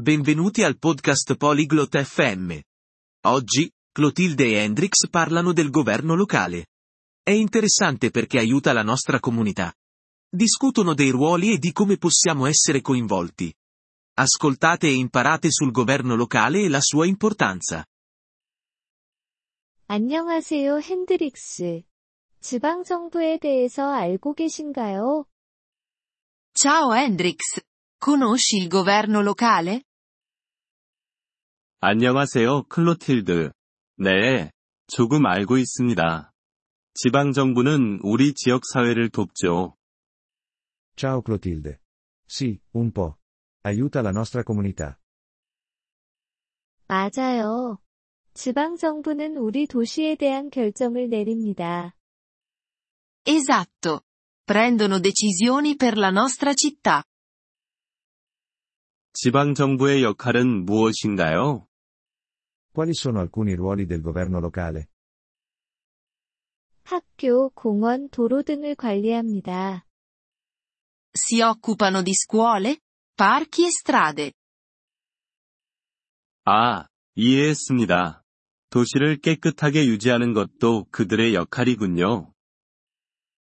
Benvenuti al podcast Polyglot FM. Oggi, Clotilde e Hendrix parlano del governo locale. È interessante perché aiuta la nostra comunità. Discutono dei ruoli e di come possiamo essere coinvolti. Ascoltate e imparate sul governo locale e la sua importanza. 안녕하세요, 핸드릭스. 지방정부에 대해서 알고 계신가요? Ciao Hendrix. Conosci il governo locale? 안녕하세요, 클로틸드. 네, 조금 알고 있습니다. 지방정부는 우리 지역사회를 돕죠. Ciao Clotilde. Sì, un po'. Aiuta la nostra comunità. 맞아요. 지방정부는 우리 도시에 대한 결정을 내립니다. Esatto. Prendono decisioni per la nostra città. 지방정부의 역할은 무엇인가요? Quali sono alcuni ruoli del governo locale? 학교, 공원, 도로 등을 관리합니다. Si occupano di scuole, parchi e strade. 아, 이해했습니다. 도시를 깨끗하게 유지하는 것도 그들의 역할이군요.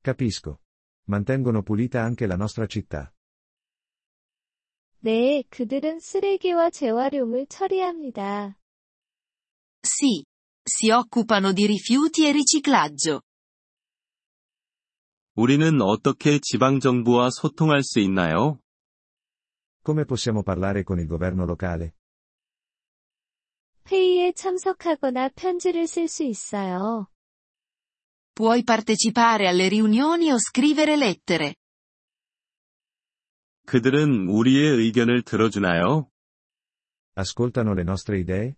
Capisco. Mantengono pulita anche la nostra città. 네, 그들은 쓰레기와 재활용을 처리합니다. Sì. Si occupano di rifiuti e riciclaggio. 우리는 어떻게 지방정부와 소통할 수 있나요? Come possiamo parlare con il governo locale? 회의에 참석하거나 편지를 쓸 수 있어요. Puoi partecipare alle riunioni o scrivere lettere. 그들은 우리의 의견을 들어주나요? Ascoltano le nostre idee?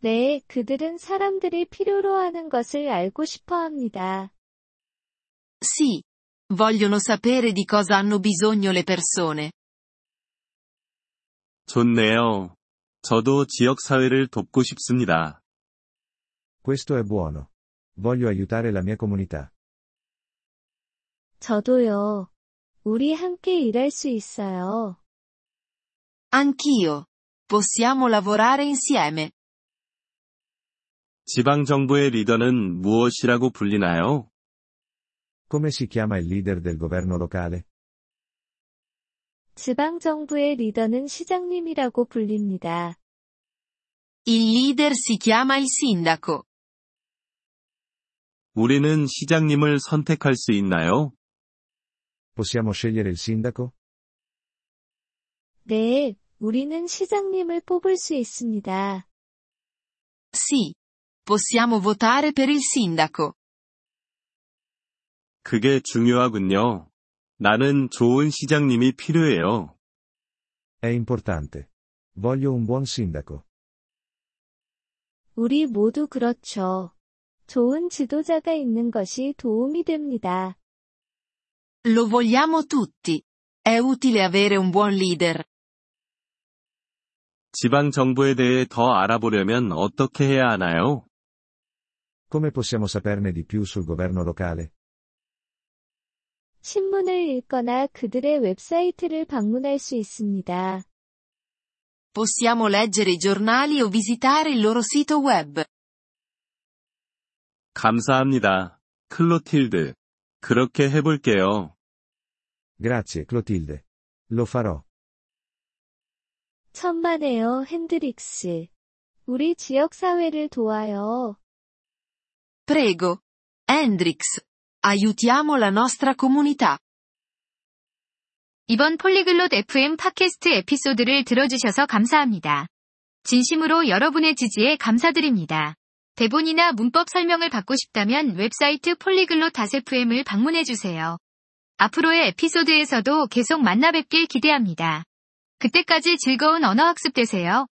네, 그들은 사람들이 필요로 하는 것을 알고 싶어 합니다. Sì. Vogliono sapere di cosa hanno bisogno le persone. 좋네요. 저도 지역사회를 돕고 싶습니다. Questo è buono. Voglio aiutare la mia comunità. 저도요. 우리 함께 일할 수 있어요. Anch'io. Possiamo lavorare insieme. 지방정부의 리더는 무엇이라고 불리나요? Come si chiama il leader del governo locale? 지방정부의 리더는 시장님이라고 불립니다. Il leader si chiama il sindaco. 우리는 시장님을 선택할 수 있나요? Possiamo scegliere il sindaco? 네, 우리는 시장님을 뽑을 수 있습니다. Sì. Possiamo votare per il sindaco. 그게 중요하군요. 나는 좋은 시장님이 필요해요. È importante. Voglio un buon sindaco. 우리 모두 그렇죠. 좋은 지도자가 있는 것이 도움이 됩니다. Lo vogliamo tutti. È utile avere un buon leader. 지방정부에 대해 더 알아보려면 어떻게 해야 하나요? Come possiamo saperne di più sul governo locale? 신문을 읽거나 그들의 웹사이트를 방문할 수 있습니다. Possiamo leggere i giornali o visitare il loro sito web. 감사합니다. 클로틸드. 그렇게 해볼게요. Grazie Clotilde. Lo farò. 천만에요, 핸드릭스. 우리 지역사회를 도와요. Prego. Hendrix. Aiutiamo la nostra comunità. 이번 폴리글롯 FM 팟캐스트 에피소드를 들어주셔서 감사합니다. 진심으로 여러분의 지지에 감사드립니다. 대본이나 문법 설명을 받고 싶다면 웹사이트 폴리글롯 FM을 방문해주세요. 앞으로의 에피소드에서도 계속 만나뵙길 기대합니다. 그때까지 즐거운 언어학습 되세요.